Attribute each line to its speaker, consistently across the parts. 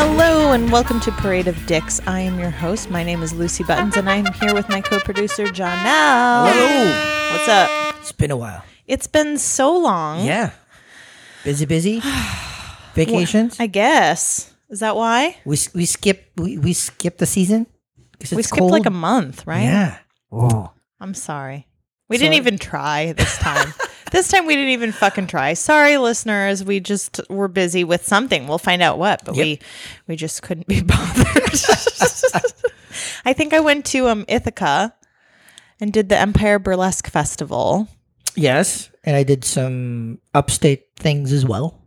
Speaker 1: and welcome to Parade of Dicks. I am your host. My name is Lucy Buttons, and I'm here with my co-producer John
Speaker 2: Hello.
Speaker 1: What's up?
Speaker 2: It's been a while.
Speaker 1: It's been so long.
Speaker 2: Yeah. Busy, busy. Vacations.
Speaker 1: I guess. Is that why
Speaker 2: we s- we skip we, we skip the season. 'Cause
Speaker 1: we
Speaker 2: it's
Speaker 1: skipped like a
Speaker 2: cold.
Speaker 1: month? Right.
Speaker 2: Yeah. Oh.
Speaker 1: I'm sorry. We didn't
Speaker 2: Sorry.
Speaker 1: even try this time. this time we didn't even fucking try. Sorry, listeners. We just were busy with something. We'll find out what, but
Speaker 2: Yep.
Speaker 1: we we just couldn't be bothered. I think I went to um Ithaca and did the Empire Burlesque Festival.
Speaker 2: Yes. And I did some upstate things as well.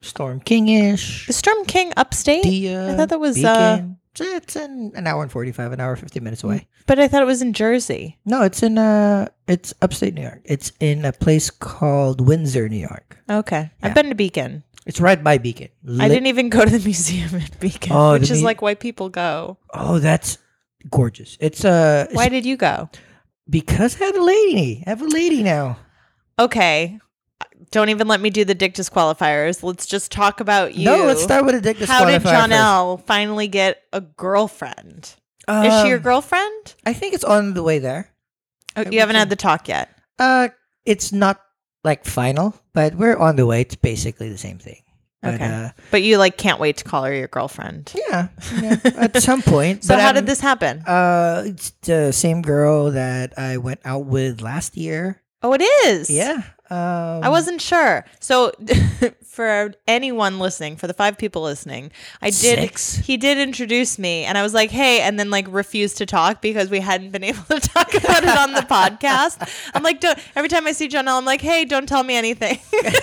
Speaker 2: Storm Kingish.
Speaker 1: Is Storm King upstate?
Speaker 2: Dia.
Speaker 1: I thought that was
Speaker 2: Beacon.
Speaker 1: uh
Speaker 2: it's in an hour and forty five, an hour and fifty minutes away.
Speaker 1: but I thought it was in Jersey.
Speaker 2: No, it's in uh it's upstate New York. It's in a place called Windsor, New York.
Speaker 1: Okay. I've
Speaker 2: Yeah.
Speaker 1: been to Beacon.
Speaker 2: It's right by Beacon.
Speaker 1: I
Speaker 2: Lit-
Speaker 1: didn't even go to the museum at Beacon,
Speaker 2: Oh, the
Speaker 1: which is
Speaker 2: mu-
Speaker 1: like why people go.
Speaker 2: Oh, that's gorgeous. It's uh it's
Speaker 1: Why did you go?
Speaker 2: Because I have a lady. I have a lady now.
Speaker 1: okay don't even let me do the dick disqualifiers let's just talk about you
Speaker 2: No, let's start with a dick
Speaker 1: how did
Speaker 2: disqualifier first.
Speaker 1: Jonelle finally get a girlfriend is she your
Speaker 2: Um,
Speaker 1: girlfriend
Speaker 2: I think it's on the way there.
Speaker 1: oh,
Speaker 2: we
Speaker 1: you haven't
Speaker 2: can-
Speaker 1: had the talk yet
Speaker 2: Uh, it's not like final, but we're on the way. It's basically the same thing. But,
Speaker 1: Okay.
Speaker 2: Uh,
Speaker 1: but you like can't wait to call her your girlfriend
Speaker 2: yeah. yeah, at some point.
Speaker 1: so
Speaker 2: but
Speaker 1: how
Speaker 2: I'm-
Speaker 1: did this happen
Speaker 2: Uh, it's the same girl that I went out with last year.
Speaker 1: oh it is
Speaker 2: Yeah. Um,
Speaker 1: I wasn't sure. So, for anyone listening, for the five people listening, I did.
Speaker 2: Six.
Speaker 1: He did introduce me, and I was like, "Hey," and then like refused to talk because we hadn't been able to talk about it on the podcast. I'm like, don't. Every time I see Janelle, I'm like, "Hey, don't tell me anything."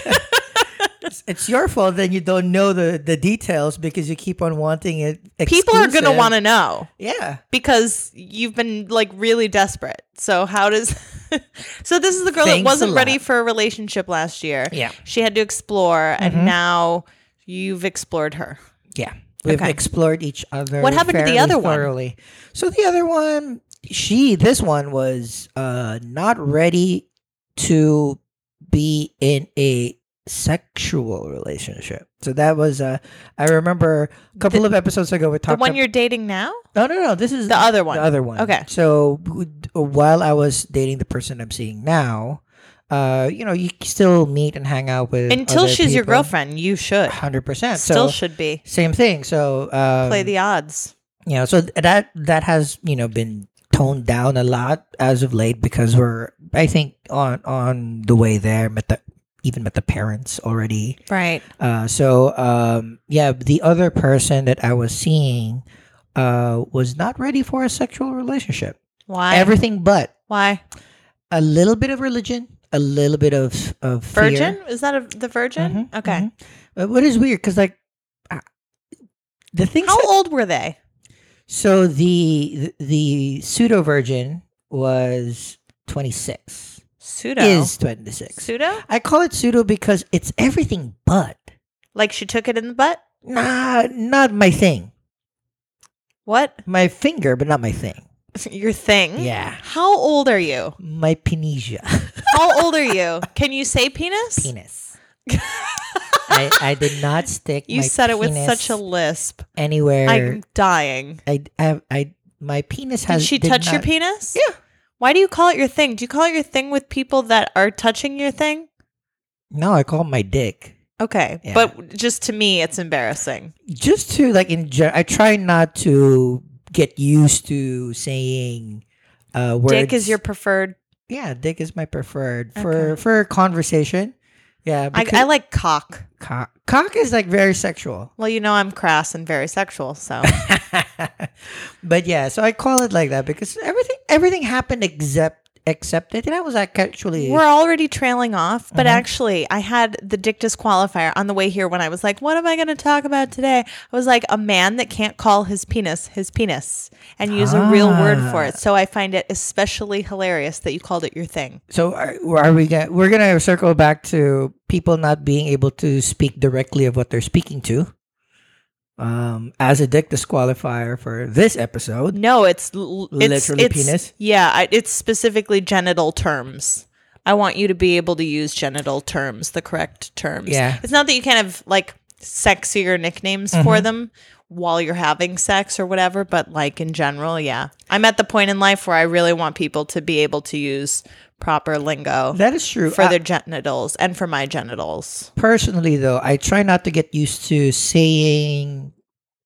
Speaker 2: It's your fault that you don't know the, the details because you keep on wanting it.
Speaker 1: People are gonna
Speaker 2: exclusive.
Speaker 1: want to know
Speaker 2: Yeah.
Speaker 1: because you've been like really desperate. So how does? so this is the girl that
Speaker 2: Thanks a
Speaker 1: wasn't ready
Speaker 2: lot.
Speaker 1: for a relationship last year.
Speaker 2: Yeah.
Speaker 1: she had to explore,
Speaker 2: Mm-hmm.
Speaker 1: and now you've explored her.
Speaker 2: Yeah. We've
Speaker 1: Okay.
Speaker 2: explored each other.
Speaker 1: What happened to the
Speaker 2: fairly
Speaker 1: other one?
Speaker 2: thoroughly. So the other one, she, this one was uh, not ready to be in a sexual relationship. So that was, uh, I remember a couple
Speaker 1: The-
Speaker 2: of episodes ago we
Speaker 1: The
Speaker 2: talked.
Speaker 1: one
Speaker 2: ab-
Speaker 1: you're dating now?
Speaker 2: no, no, no. This is
Speaker 1: The other one.
Speaker 2: The other one.
Speaker 1: Okay.
Speaker 2: So w- while I was dating the person I'm seeing now, uh, you know, you still meet and hang out with
Speaker 1: Until
Speaker 2: other
Speaker 1: she's your
Speaker 2: people.
Speaker 1: girlfriend, you should.
Speaker 2: 100%.
Speaker 1: Still
Speaker 2: so
Speaker 1: should be.
Speaker 2: same thing. So um,
Speaker 1: Play the odds.
Speaker 2: you know so th- that that has you know been toned down a lot as of late because we're i think on on the way there met the even met the parents already
Speaker 1: Right.
Speaker 2: uh so um yeah the other person that i was seeing uh was not ready for a sexual relationship
Speaker 1: Why?
Speaker 2: everything but
Speaker 1: Why?
Speaker 2: a little bit of religion a little bit of of fear.
Speaker 1: Virgin? Is that a, the virgin?
Speaker 2: Mhm,
Speaker 1: okay.
Speaker 2: mhm. But what is weird because like I- the things
Speaker 1: How
Speaker 2: that-
Speaker 1: old were they?
Speaker 2: So the the pseudo virgin was 26.
Speaker 1: Pseudo.
Speaker 2: Is 26.
Speaker 1: Pseudo?
Speaker 2: I call it pseudo because it's everything but
Speaker 1: Like she took it in the butt?
Speaker 2: nah, not my thing.
Speaker 1: What?
Speaker 2: My finger, but not my thing.
Speaker 1: Your thing?
Speaker 2: Yeah.
Speaker 1: How old are you?
Speaker 2: My penesia.
Speaker 1: How old are you? Can you say penis?
Speaker 2: penis. I, I did not stick
Speaker 1: You
Speaker 2: my
Speaker 1: said it with
Speaker 2: penis
Speaker 1: such a lisp.
Speaker 2: anywhere. I,
Speaker 1: I'm dying.
Speaker 2: I, I, my penis
Speaker 1: Did
Speaker 2: has
Speaker 1: she touch your
Speaker 2: not-
Speaker 1: penis?
Speaker 2: Yeah.
Speaker 1: Why do you call it your thing? Do you call it your thing with people that are touching your thing?
Speaker 2: No, I call it my dick.
Speaker 1: Okay,
Speaker 2: Yeah.
Speaker 1: but just to me, it's embarrassing.
Speaker 2: just to like in gen- I try not to get used to saying uh words.
Speaker 1: Dick is your preferred.
Speaker 2: yeah, dick is my preferred for
Speaker 1: Okay.
Speaker 2: for conversation. Yeah,
Speaker 1: I, I
Speaker 2: because
Speaker 1: like cock.
Speaker 2: cock. Cock is like very sexual,
Speaker 1: Well, you know I'm crass and very sexual, so
Speaker 2: but yeah, so I call it like that because everything everything happened except except it, and I was like actually
Speaker 1: we're already trailing off. But
Speaker 2: Mhm.
Speaker 1: actually, I had the dick disqualifier on the way here when I was like, "What am I going to talk about today?" I was like, "A man that can't call his penis his penis and use a real word for
Speaker 2: Ah.
Speaker 1: it." So I find it especially hilarious that you called it your thing.
Speaker 2: so are, are we gonna we're gonna circle back to people not being able to speak directly of what they're speaking to. Um, as a dick disqualifier for this episode,
Speaker 1: No, it's l- it's,
Speaker 2: Literally
Speaker 1: it's-
Speaker 2: penis?
Speaker 1: Yeah, I, it's specifically genital terms. I want you to be able to use genital terms, the correct terms.
Speaker 2: Yeah. Mm-hmm.
Speaker 1: it's not that you can't have like sexier nicknames for them while you're having sex or whatever, but like in general, yeah. I'm at the point in life where I really want people to be able to use proper lingo
Speaker 2: That is true.
Speaker 1: for
Speaker 2: I-
Speaker 1: their genitals and for my genitals.
Speaker 2: personally though, I try not to get used to saying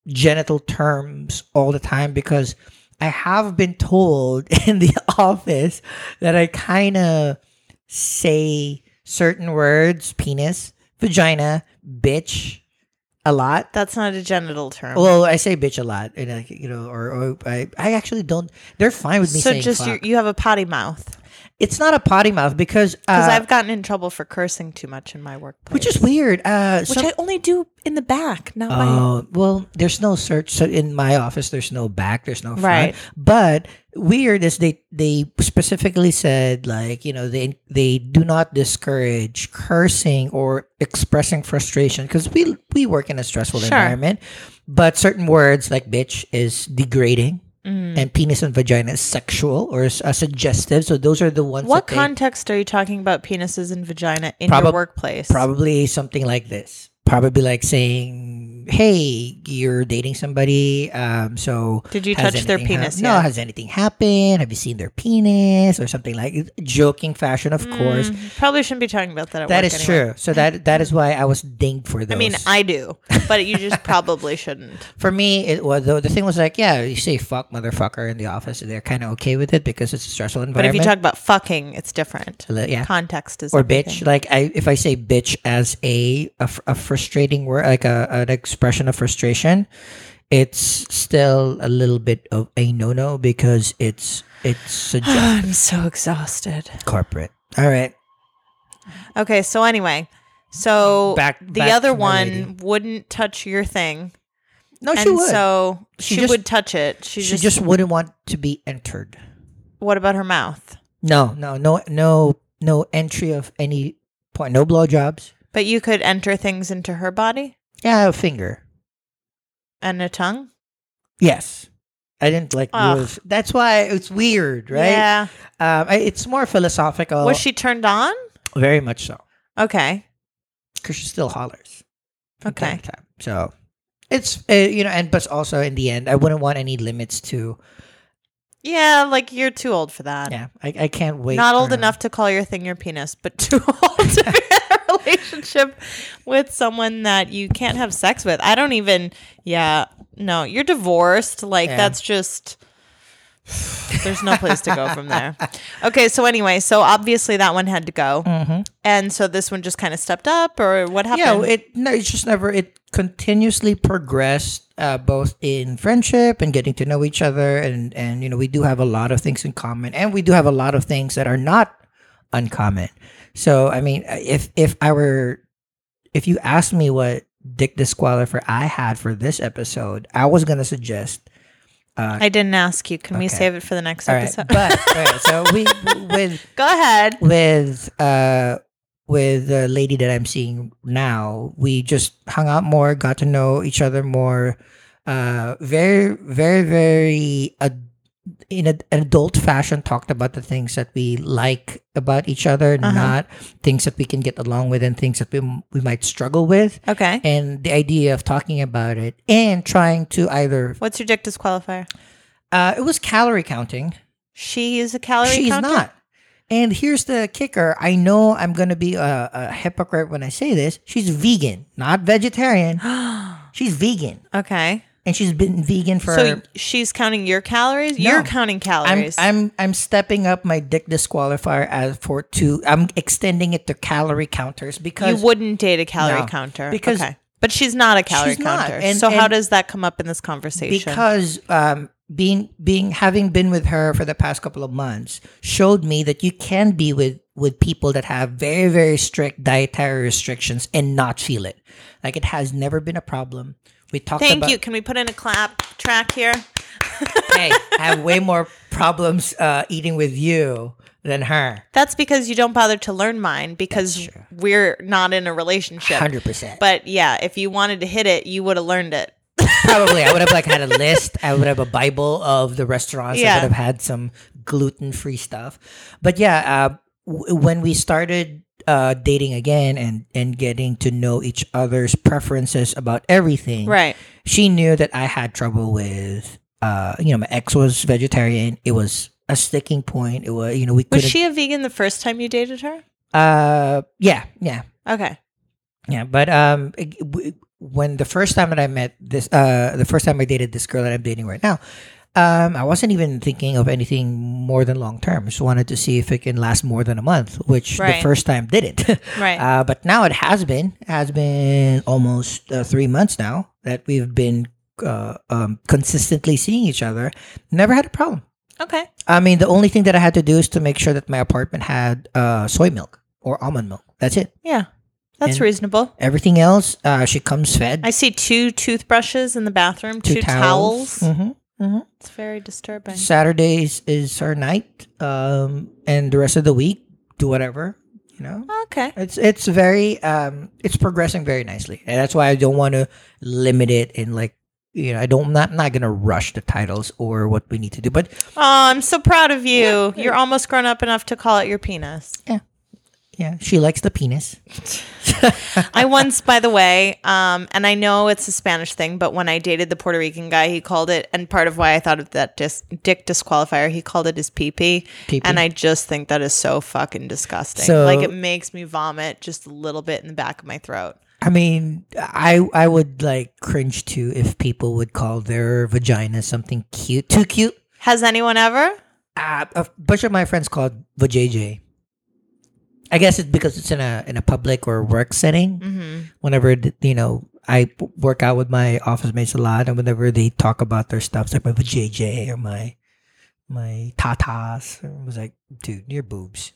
Speaker 2: genital terms all the time because I have been told in the office that I kind of say certain words, penis, vagina, bitch a lot.
Speaker 1: That's not a genital term.
Speaker 2: Well, I say bitch a lot, and I, you know, or, or I, I actually don't. They're fine with me
Speaker 1: so
Speaker 2: saying
Speaker 1: just e you,
Speaker 2: fuck.
Speaker 1: you have a potty mouth.
Speaker 2: It's not a potty mouth because
Speaker 1: Because
Speaker 2: uh,
Speaker 1: I've gotten in trouble for cursing too much in my workplace.
Speaker 2: which is weird. Uh,
Speaker 1: Which
Speaker 2: some-
Speaker 1: I only do in the back, not my
Speaker 2: Oh well, there's no search. So in my office, there's no back, there's no front.
Speaker 1: Right.
Speaker 2: But weird is they they specifically said like you know they they do not discourage cursing or expressing frustration because we we work in a stressful
Speaker 1: Sure.
Speaker 2: environment, but certain words like bitch is degrading.
Speaker 1: Mm.
Speaker 2: And penis and vagina is sexual or is, uh, suggestive. So those are the ones.
Speaker 1: What
Speaker 2: that they-
Speaker 1: context are you talking about penises and vagina in your
Speaker 2: Probab-
Speaker 1: workplace?
Speaker 2: Probably something like this. Probably like saying, "Hey, you're dating somebody. Um, so
Speaker 1: Did you
Speaker 2: has
Speaker 1: touch their
Speaker 2: anything hap-
Speaker 1: penis
Speaker 2: No.
Speaker 1: yet?
Speaker 2: Has anything happened? Have you seen their penis or something like joking fashion? Of course,
Speaker 1: Mm, Probably shouldn't be talking about that at
Speaker 2: that
Speaker 1: work
Speaker 2: is
Speaker 1: anyway.
Speaker 2: true. So that that is why I was dinged for those.
Speaker 1: I mean, I do, but you just probably shouldn't.
Speaker 2: for me, it was the, the thing was like, yeah, you say fuck motherfucker in the office, and they're kind of okay with it because it's a stressful
Speaker 1: But if you
Speaker 2: environment.
Speaker 1: talk about fucking, it's different.
Speaker 2: yeah.
Speaker 1: Context is
Speaker 2: or
Speaker 1: everything.
Speaker 2: bitch like i if i say bitch as a a, fr- a frustrating word like a, an expression of frustration it's still a little bit of a no-no because it's it's a ju-
Speaker 1: I'm so exhausted.
Speaker 2: corporate all right
Speaker 1: Okay, so anyway, so
Speaker 2: Back-
Speaker 1: the
Speaker 2: back
Speaker 1: other
Speaker 2: to my
Speaker 1: one
Speaker 2: lady.
Speaker 1: wouldn't touch your thing,
Speaker 2: no she
Speaker 1: and
Speaker 2: would
Speaker 1: so she,
Speaker 2: She just-
Speaker 1: would touch it. She,
Speaker 2: she
Speaker 1: just,
Speaker 2: just, wouldn't want to be entered
Speaker 1: What about her mouth?
Speaker 2: no no no no no entry of any point no blowjobs
Speaker 1: But you could enter things into her body
Speaker 2: yeah a finger
Speaker 1: and a tongue,
Speaker 2: yes i didn't like
Speaker 1: Ugh.
Speaker 2: rules. that's why it's weird right
Speaker 1: Yeah.
Speaker 2: um I, it's more philosophical
Speaker 1: Was she turned on?
Speaker 2: very much so
Speaker 1: Okay.
Speaker 2: because she still hollers. from time
Speaker 1: Okay.
Speaker 2: to time. So it's uh, you know, and but also in the end, I wouldn't want any limits to.
Speaker 1: Yeah, like you're too old for that.
Speaker 2: Yeah, I, I can't wait.
Speaker 1: Not
Speaker 2: for
Speaker 1: old
Speaker 2: her.
Speaker 1: enough to call your thing your penis, but too old to be in a relationship with someone that you can't have sex with. I don't even. Yeah, no, you're divorced. Like
Speaker 2: Yeah.
Speaker 1: that's just. There's no place to go from there. Okay, so anyway, so obviously that one had to go,
Speaker 2: Mhm.
Speaker 1: and so this one just kind of stepped up, or what
Speaker 2: Yeah,
Speaker 1: happened?
Speaker 2: it no, it's just never. It continuously progressed, uh, both in friendship and getting to know each other, and and you know we do have a lot of things in common, and we do have a lot of things that are not uncommon. So I mean, if if I were, if you asked me what dick disqualifier I had for this episode, I was gonna suggest
Speaker 1: I didn't ask you. Can we
Speaker 2: Okay.
Speaker 1: save it for the next
Speaker 2: All right,
Speaker 1: episode?
Speaker 2: but all right, so we with
Speaker 1: go ahead.
Speaker 2: with uh with the lady that I'm seeing now, we just hung out more, got to know each other more. Uh, very, very, very ad- in a, an adult fashion, talked about the things that we like about each other,
Speaker 1: Uh-huh.
Speaker 2: not things that we can get along with and things that we m- we might struggle with.
Speaker 1: Okay.
Speaker 2: And the idea of talking about it and trying to either
Speaker 1: What's your dick disqualifier?
Speaker 2: uh, it was calorie counting.
Speaker 1: She is a calorie
Speaker 2: She's
Speaker 1: counter?
Speaker 2: not. And here's the kicker. I know I'm going to be a, a hypocrite when I say this. She's vegan, not vegetarian. She's vegan.
Speaker 1: okay.
Speaker 2: And she's been vegan for
Speaker 1: so she's counting your calories?
Speaker 2: No.
Speaker 1: You're counting
Speaker 2: I'm,
Speaker 1: calories.
Speaker 2: I'm I'm stepping up my dick disqualifier as for two. I'm extending it to calorie counters
Speaker 1: you
Speaker 2: because
Speaker 1: wouldn't date a calorie
Speaker 2: No,
Speaker 1: counter.
Speaker 2: because-
Speaker 1: okay. But she's not a calorie
Speaker 2: She's not,
Speaker 1: counter.
Speaker 2: and-
Speaker 1: so how
Speaker 2: and-
Speaker 1: does that come up in this conversation?
Speaker 2: because um being being having been with her for the past couple of months showed me that you can be with with people that have very very strict dietary restrictions and not feel it like it has never been a problem we talked
Speaker 1: Thank
Speaker 2: about
Speaker 1: you. Can we put in a clap track here?
Speaker 2: hey i have way more problems uh eating with you than her
Speaker 1: That's because you don't bother to learn mine because
Speaker 2: That's true.
Speaker 1: we're not in a relationship.
Speaker 2: 100%
Speaker 1: But yeah, if you wanted to hit it, you would have learned it.
Speaker 2: probably i would have like had a list i would have a bible of the restaurants i
Speaker 1: Yeah.
Speaker 2: would have had some gluten-free stuff but yeah uh, w- when we started uh, dating again and and getting to know each other's preferences about everything.
Speaker 1: Right.
Speaker 2: She knew that I had trouble with, uh, you know, my ex was vegetarian. It was a sticking point. It was, you know, we
Speaker 1: Was
Speaker 2: couldn't.
Speaker 1: she a vegan the first time you dated her?
Speaker 2: uh, yeah, yeah,
Speaker 1: Okay.
Speaker 2: yeah. But um, it- w- when the first time that I met this, uh, the first time I dated this girl that I'm dating right now. Um, I wasn't even thinking of anything more than long term. Just wanted to see if it can last more than a month, which the
Speaker 1: Right.
Speaker 2: first time didn't.
Speaker 1: Right.
Speaker 2: Uh, but now it has been has been almost uh, three months now that we've been uh, um, consistently seeing each other. Never had a problem.
Speaker 1: okay.
Speaker 2: I mean, the only thing that I had to do is to make sure that my apartment had uh, soy milk or almond milk. That's it.
Speaker 1: Yeah. That's
Speaker 2: And-
Speaker 1: reasonable.
Speaker 2: Everything else, uh, she comes fed.
Speaker 1: I see two toothbrushes in the bathroom, two, towels.
Speaker 2: Mhm.
Speaker 1: It's very disturbing.
Speaker 2: Saturdays is her night, um, and the rest of the week, do whatever you know.
Speaker 1: Okay.
Speaker 2: It's it's very um it's progressing very nicely, and that's why I don't want to limit it and like you know I don't not not gonna rush the titles or what we need to do, but
Speaker 1: Oh, I'm so proud of you. You're almost grown up enough to call it your penis.
Speaker 2: yeah, she likes the penis.
Speaker 1: I once, by the way, um, and I know it's a Spanish thing, but when I dated the Puerto Rican guy, he called it, and part of why I thought of that dis- dick disqualifier, he called it his pee pee.
Speaker 2: Pee-pee.
Speaker 1: And I just think that is so fucking disgusting.
Speaker 2: So-
Speaker 1: like, it makes me vomit just a little bit in the back of my throat.
Speaker 2: I mean, I I would like cringe too if people would call their vagina something cute, too cute.
Speaker 1: Has anyone ever?
Speaker 2: Uh, a bunch of my friends called vajayjay. I guess it's because it's in a in a public or work setting.
Speaker 1: hmm
Speaker 2: whenever th- you know I w- work out with my office mates a lot, and whenever they talk about their stuff, it's like my JJ or my my tatas, I was like, dude, your boobs,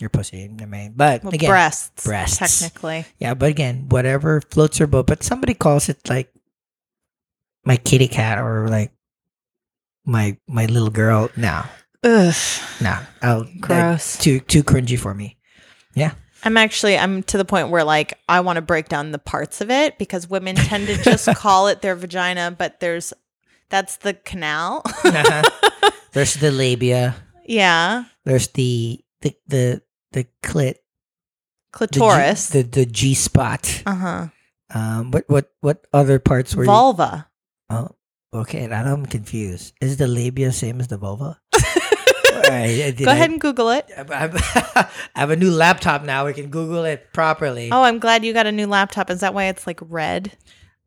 Speaker 2: your pussy, I mean, but
Speaker 1: Well,
Speaker 2: again,
Speaker 1: breasts.
Speaker 2: breasts.
Speaker 1: Technically.
Speaker 2: yeah, but again, whatever floats your boat. But somebody calls it like my kitty cat or like my my little girl. No,
Speaker 1: Ugh.
Speaker 2: no, I'll, that-
Speaker 1: Gross.
Speaker 2: too too cringy for me.
Speaker 1: I'm actually I'm to the point where like I want to break down the parts of it because women tend to just call it their vagina, but there's that's the canal.
Speaker 2: Uh-huh. There's the labia.
Speaker 1: yeah.
Speaker 2: There's the the the the clit the G-
Speaker 1: Clitoris.
Speaker 2: the the G spot.
Speaker 1: uh-huh.
Speaker 2: Um, what what what other parts were?
Speaker 1: Vulva.
Speaker 2: you, oh, okay. Now I'm confused. Is the labia same as the vulva? Alright, did
Speaker 1: Go
Speaker 2: I-
Speaker 1: ahead and Google it.
Speaker 2: I, I- I have a new laptop now. We can Google it properly.
Speaker 1: Oh, I'm glad you got a new laptop. Is that why it's like red?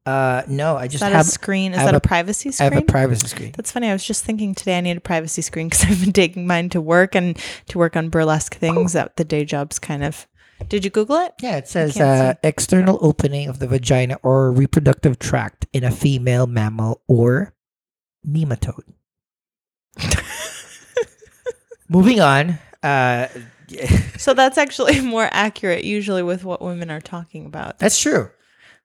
Speaker 2: Uh, no, I
Speaker 1: Is
Speaker 2: just
Speaker 1: that
Speaker 2: have
Speaker 1: a screen? Is
Speaker 2: I have
Speaker 1: that a,
Speaker 2: a-
Speaker 1: privacy
Speaker 2: I have a
Speaker 1: screen?
Speaker 2: privacy screen.
Speaker 1: That's funny. I was just thinking today I need a privacy screen because I've been taking mine to work and to work on burlesque
Speaker 2: Oh.
Speaker 1: things that the day job's kind of. Did you Google it?
Speaker 2: Yeah, it says uh,
Speaker 1: can't
Speaker 2: external opening of the vagina or reproductive tract in a female mammal or nematode. Moving on. Uh,
Speaker 1: So that's actually more accurate usually with what women are talking about.
Speaker 2: that's true.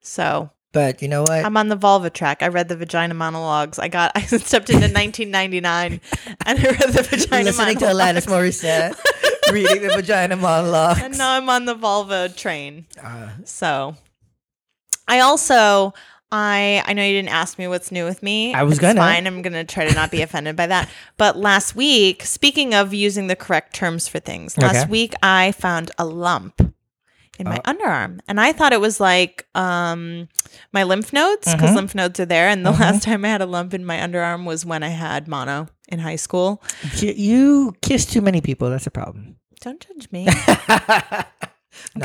Speaker 1: So
Speaker 2: But you know what?
Speaker 1: I'm on the vulva track. I read the vagina monologues. I got I stepped into 1999 and I read the vagina
Speaker 2: listening to
Speaker 1: monologues.
Speaker 2: Alanis Morissette, reading the vagina monologues.
Speaker 1: and now I'm on the vulva train.
Speaker 2: Uh,
Speaker 1: So I also I I know you didn't ask me what's new with me.
Speaker 2: I was
Speaker 1: It's
Speaker 2: gonna.
Speaker 1: fine. I'm gonna try to not be offended by that. But last week, speaking of using the correct terms for things, last
Speaker 2: Okay. Uh.
Speaker 1: week I found a lump in my underarm, and I thought it was like um my lymph nodes because
Speaker 2: Mhm.
Speaker 1: lymph nodes are there. And the
Speaker 2: Mhm.
Speaker 1: last time I had a lump in my underarm was when I had mono in high school.
Speaker 2: you- you kiss too many people. That's a problem.
Speaker 1: Don't judge me.
Speaker 2: No,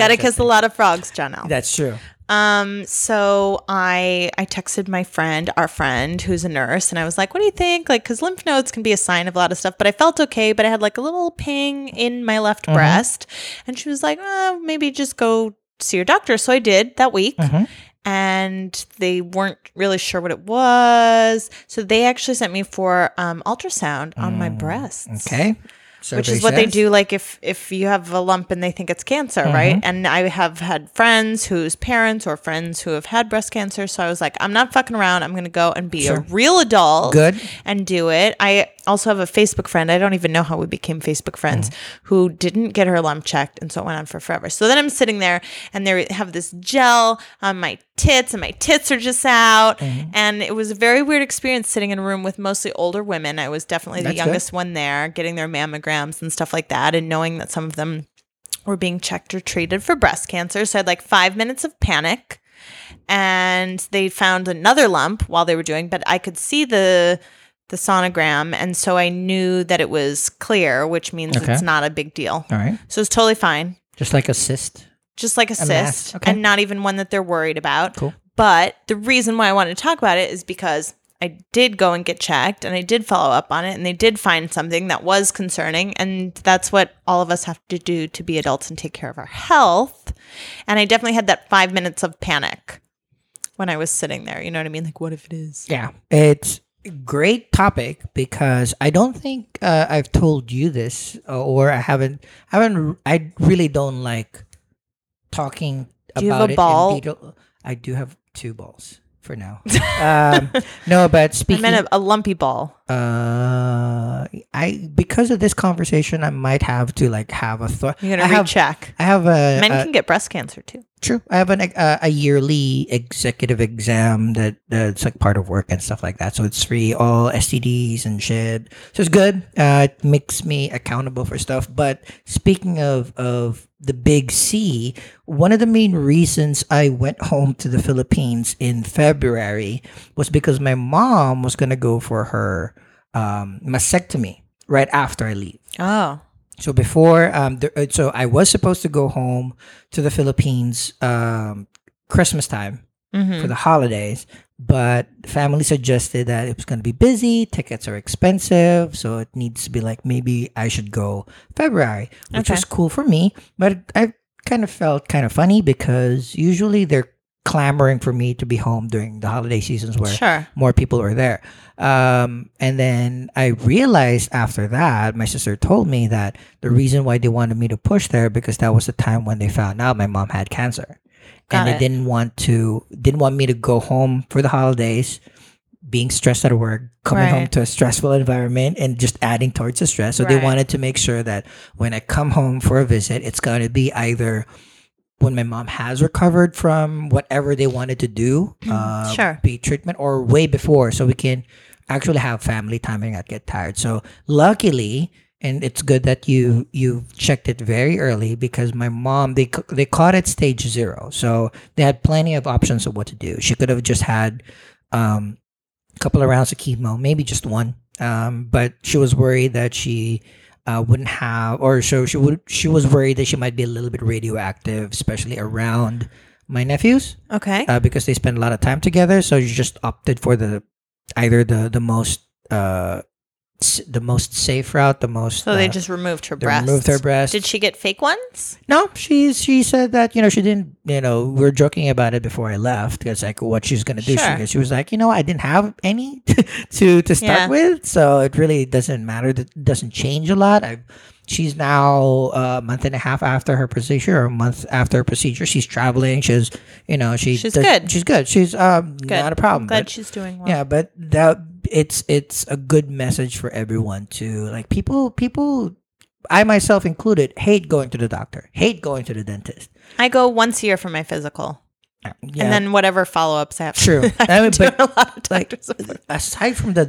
Speaker 1: Gotta
Speaker 2: I'm
Speaker 1: kiss a
Speaker 2: joking.
Speaker 1: lot of frogs, John. L.
Speaker 2: That's true.
Speaker 1: Um, so I I texted my friend, our friend who's a nurse, and I was like, "What do you think?" Like, because lymph nodes can be a sign of a lot of stuff, but I felt okay, but I had like a little ping in my left
Speaker 2: Mm-hmm.
Speaker 1: breast, and she was like, oh, "Maybe just go see your doctor." So I did that week,
Speaker 2: Mhm.
Speaker 1: and they weren't really sure what it was, so they actually sent me for um, ultrasound on my
Speaker 2: Mm,
Speaker 1: breasts
Speaker 2: Okay. So
Speaker 1: which is
Speaker 2: everybody
Speaker 1: what they
Speaker 2: says-
Speaker 1: do like if if you have a lump and they think it's cancer right
Speaker 2: Mm-hmm.
Speaker 1: and i have had friends whose parents or friends who have had breast cancer so i was like i'm not fucking around i'm gonna go and be a
Speaker 2: Sure.
Speaker 1: real adult
Speaker 2: Good.
Speaker 1: and do it i also have a facebook friend i don't even know how we became facebook friends
Speaker 2: Mm.
Speaker 1: who didn't get her lump checked and so it went on for forever so then i'm sitting there and they have this gel on my tits and my tits are just out
Speaker 2: Mm-hmm.
Speaker 1: and it was a very weird experience sitting in a room with mostly older women i was definitely the
Speaker 2: That's good.
Speaker 1: youngest one there getting their mammograms and stuff like that and knowing that some of them were being checked or treated for breast cancer. So I had like five minutes of panic. And they found another lump while they were doing, but I could see the the sonogram, and so I knew that it was clear, which means
Speaker 2: Okay.
Speaker 1: it's not a big deal.
Speaker 2: All right.
Speaker 1: So it's totally fine,
Speaker 2: Just like a cyst.
Speaker 1: just like a,
Speaker 2: mass.
Speaker 1: cyst,
Speaker 2: Okay.
Speaker 1: and not even one that they're worried about.
Speaker 2: Cool.
Speaker 1: But the reason why I wanted to talk about it is because I did go and get checked and I did follow up on it and they did find something that was concerning. And that's what all of us have to do to be adults and take care of our health. And I definitely had that five minutes of panic when I was sitting there. You know what I mean? Like, what if it is?
Speaker 2: Yeah. It's a great topic because I don't think uh, I've told you this uh, or I haven't I haven't I really don't like talking
Speaker 1: Do you have
Speaker 2: about
Speaker 1: a
Speaker 2: it
Speaker 1: ball?
Speaker 2: in detail. I do have two balls for now. um, no, but
Speaker 1: I
Speaker 2: speaking
Speaker 1: meant a, a lumpy ball.
Speaker 2: uh I because of this conversation I might have to like have a thought.
Speaker 1: You're going
Speaker 2: I
Speaker 1: to
Speaker 2: have uh,
Speaker 1: recheck.
Speaker 2: I have a,
Speaker 1: Men
Speaker 2: a-
Speaker 1: can get breast cancer too.
Speaker 2: True. I have an uh, a yearly executive exam that uh, it's like part of work and stuff like that. So it's free, all STDs and shit. So it's good. Uh, it makes me accountable for stuff. But speaking of of the big C, one of the main reasons I went home to the Philippines in February was because my mom was gonna go for her um, mastectomy right after I leave.
Speaker 1: Oh.
Speaker 2: So before, um, the, uh, so I was supposed to go home to the Philippines um, Christmas time
Speaker 1: Mm-hmm.
Speaker 2: for the holidays, but family suggested that it was going to be busy, tickets are expensive, so it needs to be like maybe I should go February, which
Speaker 1: Okay.
Speaker 2: was cool for me. But I kind of felt kind of funny because usually they're clamoring for me to be home during the holiday seasons where
Speaker 1: Sure.
Speaker 2: more people are there. Um, and then I realized after that, my sister told me that the reason why they wanted me to push there because that was the time when they found out my mom had cancer,
Speaker 1: Got
Speaker 2: and they
Speaker 1: it.
Speaker 2: didn't want to didn't want me to go home for the holidays, being stressed at work, coming home
Speaker 1: Right.
Speaker 2: to a stressful environment, and just adding towards the stress. So they
Speaker 1: Right.
Speaker 2: wanted to make sure that when I come home for a visit, it's going to be either when my mom has recovered from whatever they wanted to do, uh,
Speaker 1: Sure.
Speaker 2: be treatment or way before, so we can actually have family time and not get tired. So luckily, and it's good that you you checked it very early because my mom they ca- they caught it stage zero, so they had plenty of options of what to do. She could have just had um, a couple of rounds of chemo, maybe just one, um, but she was worried that she uh, wouldn't have, or so she would. She was worried that she might be a little bit radioactive, especially around my nephews,
Speaker 1: Okay.
Speaker 2: uh, because they spend a lot of time together. So she just opted for the either the the most uh, s- the most safe route, the most.
Speaker 1: so they
Speaker 2: uh,
Speaker 1: just removed her
Speaker 2: they
Speaker 1: breast.
Speaker 2: removed her breast.
Speaker 1: Did she get fake ones?
Speaker 2: No, she's she said that you know she didn't. You know, we were joking about it before I left. It's like what she's gonna do.
Speaker 1: Sure.
Speaker 2: She, she was like, you know, I didn't have any to to start
Speaker 1: Yeah.
Speaker 2: with, so it really doesn't matter. It doesn't change a lot. I, she's now uh, a month and a half after her procedure, or a month after her procedure. She's traveling. She's you know she
Speaker 1: She's
Speaker 2: does-
Speaker 1: good.
Speaker 2: She's good. She's um
Speaker 1: Good.
Speaker 2: not a problem.
Speaker 1: Glad
Speaker 2: but-
Speaker 1: she's doing well.
Speaker 2: yeah, but that it's it's a good message for everyone to like people people I myself included hate going to the doctor, hate going to the dentist.
Speaker 1: I go once a year for my physical,
Speaker 2: Yeah.
Speaker 1: and then whatever follow ups I have.
Speaker 2: True.
Speaker 1: I've
Speaker 2: I mean,
Speaker 1: been doing
Speaker 2: but,
Speaker 1: a lot of
Speaker 2: like,
Speaker 1: doctors. appointments.
Speaker 2: aside from the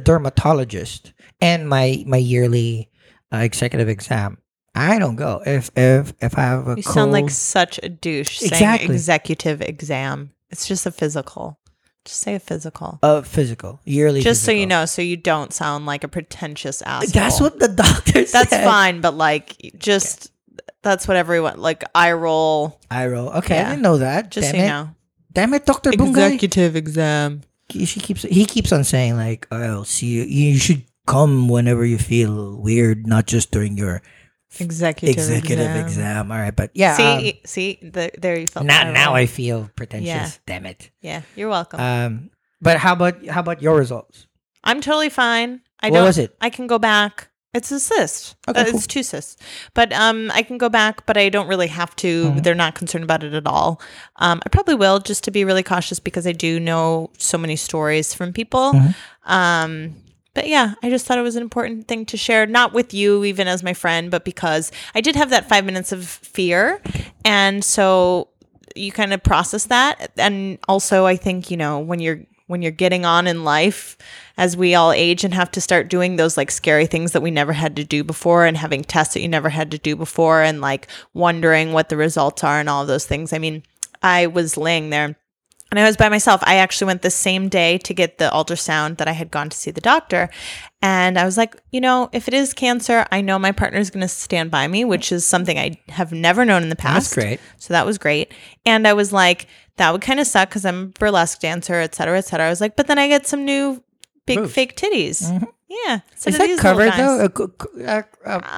Speaker 2: dermatologist and my my yearly uh, executive exam, I don't go. If if if I have a
Speaker 1: you
Speaker 2: cold,
Speaker 1: sound like such a douche
Speaker 2: Exactly.
Speaker 1: saying executive exam. It's just a physical. Just say a physical.
Speaker 2: uh, physical yearly,
Speaker 1: just so you
Speaker 2: physical.
Speaker 1: know, so you don't sound like a pretentious asshole.
Speaker 2: that's what the doctor said.
Speaker 1: That's fine, but like, just that's what everyone like. I roll.
Speaker 2: I roll. Okay, I
Speaker 1: Yeah.
Speaker 2: didn't know that.
Speaker 1: Just
Speaker 2: Damn
Speaker 1: so you
Speaker 2: it.
Speaker 1: know.
Speaker 2: Damn it, Doctor Bungay.
Speaker 1: exam.
Speaker 2: she keeps he keeps on saying like oh see you, you should come whenever you feel weird not just during your
Speaker 1: Executive,
Speaker 2: executive exam. all right but yeah
Speaker 1: See, see, the, there you
Speaker 2: um,
Speaker 1: felt.
Speaker 2: now,
Speaker 1: my
Speaker 2: now
Speaker 1: roll.
Speaker 2: i feel pretentious damn it
Speaker 1: Yeah, Oh. you're welcome.
Speaker 2: um but how about how about your results
Speaker 1: I'm totally fine. I
Speaker 2: what
Speaker 1: don't.
Speaker 2: was it
Speaker 1: I can go back. It's a cyst.
Speaker 2: Okay,
Speaker 1: Uh,
Speaker 2: cool.
Speaker 1: It's two cysts, but um, I can go back. But I don't really have to.
Speaker 2: Mhm.
Speaker 1: They're not concerned about it at all. Um, I probably will just to be really cautious because I do know so many stories from people.
Speaker 2: Mhm.
Speaker 1: Um, but yeah, I just thought it was an important thing to share, not with you even as my friend, but because I did have that five minutes of fear, and so you kind of process that. And also, I think you know when you're when you're getting on in life as we all age and have to start doing those like scary things that we never had to do before and having tests that you never had to do before and like wondering what the results are and all of those things. I mean, I was laying there and I was by myself. I actually went the same day to get the ultrasound that I had gone to see the doctor. And I was like, you know, if it is cancer, I know my partner's going to stand by me, which is something I have never known in the past.
Speaker 2: That's great.
Speaker 1: So that was great. And I was like, that would kind of suck because I'm a burlesque dancer, et cetera, et cetera. I was like, but then I get some new big
Speaker 2: Moves. Mm-hmm.
Speaker 1: fake titties. Yeah. So do
Speaker 2: Is that
Speaker 1: these little
Speaker 2: covered
Speaker 1: guys.
Speaker 2: though? A co- co- uh,
Speaker 1: I
Speaker 2: uh,
Speaker 1: don't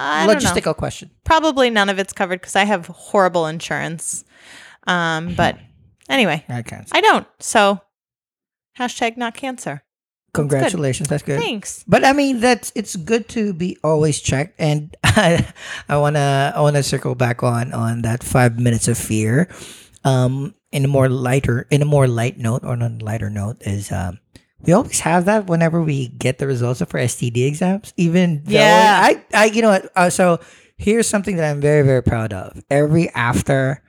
Speaker 1: know.
Speaker 2: logistical question.
Speaker 1: Probably none of it's covered because I have horrible insurance. Um, but anyway,
Speaker 2: Okay.
Speaker 1: I don't. So hashtag not cancer.
Speaker 2: Congratulations. That's good.
Speaker 1: Thanks.
Speaker 2: But I mean, that's it's good to be always checked, and I, I wanna I wanna circle back on on that five minutes of fear, um, in a more lighter in a more light note or on a lighter note is um, we always have that whenever we get the results of our STD exams, even though
Speaker 1: Yeah.
Speaker 2: I I you know what uh, so here's something that I'm very very proud of every after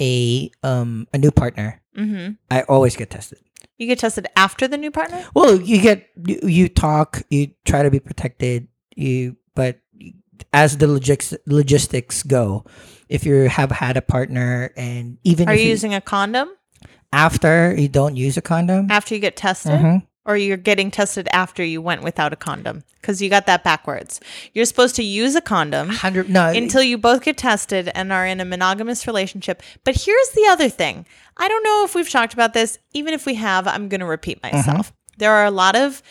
Speaker 2: a um a new partner
Speaker 1: Mm-hmm.
Speaker 2: I always get tested.
Speaker 1: You get tested after the new partner?
Speaker 2: Well, you get you, you talk, you try to be protected, you but as the logistics logistics go, if you have had a partner and even
Speaker 1: Are
Speaker 2: if
Speaker 1: you using a condom
Speaker 2: after you don't use a condom,
Speaker 1: after you get tested?
Speaker 2: Mhm.
Speaker 1: Or you're getting tested after you went without a condom? Because you got that backwards. You're supposed to use a condom
Speaker 2: hundred no
Speaker 1: until you both get tested and are in a monogamous relationship. But here's the other thing I don't know if we've talked about this. Even if we have, I'm going to repeat myself. There are a lot of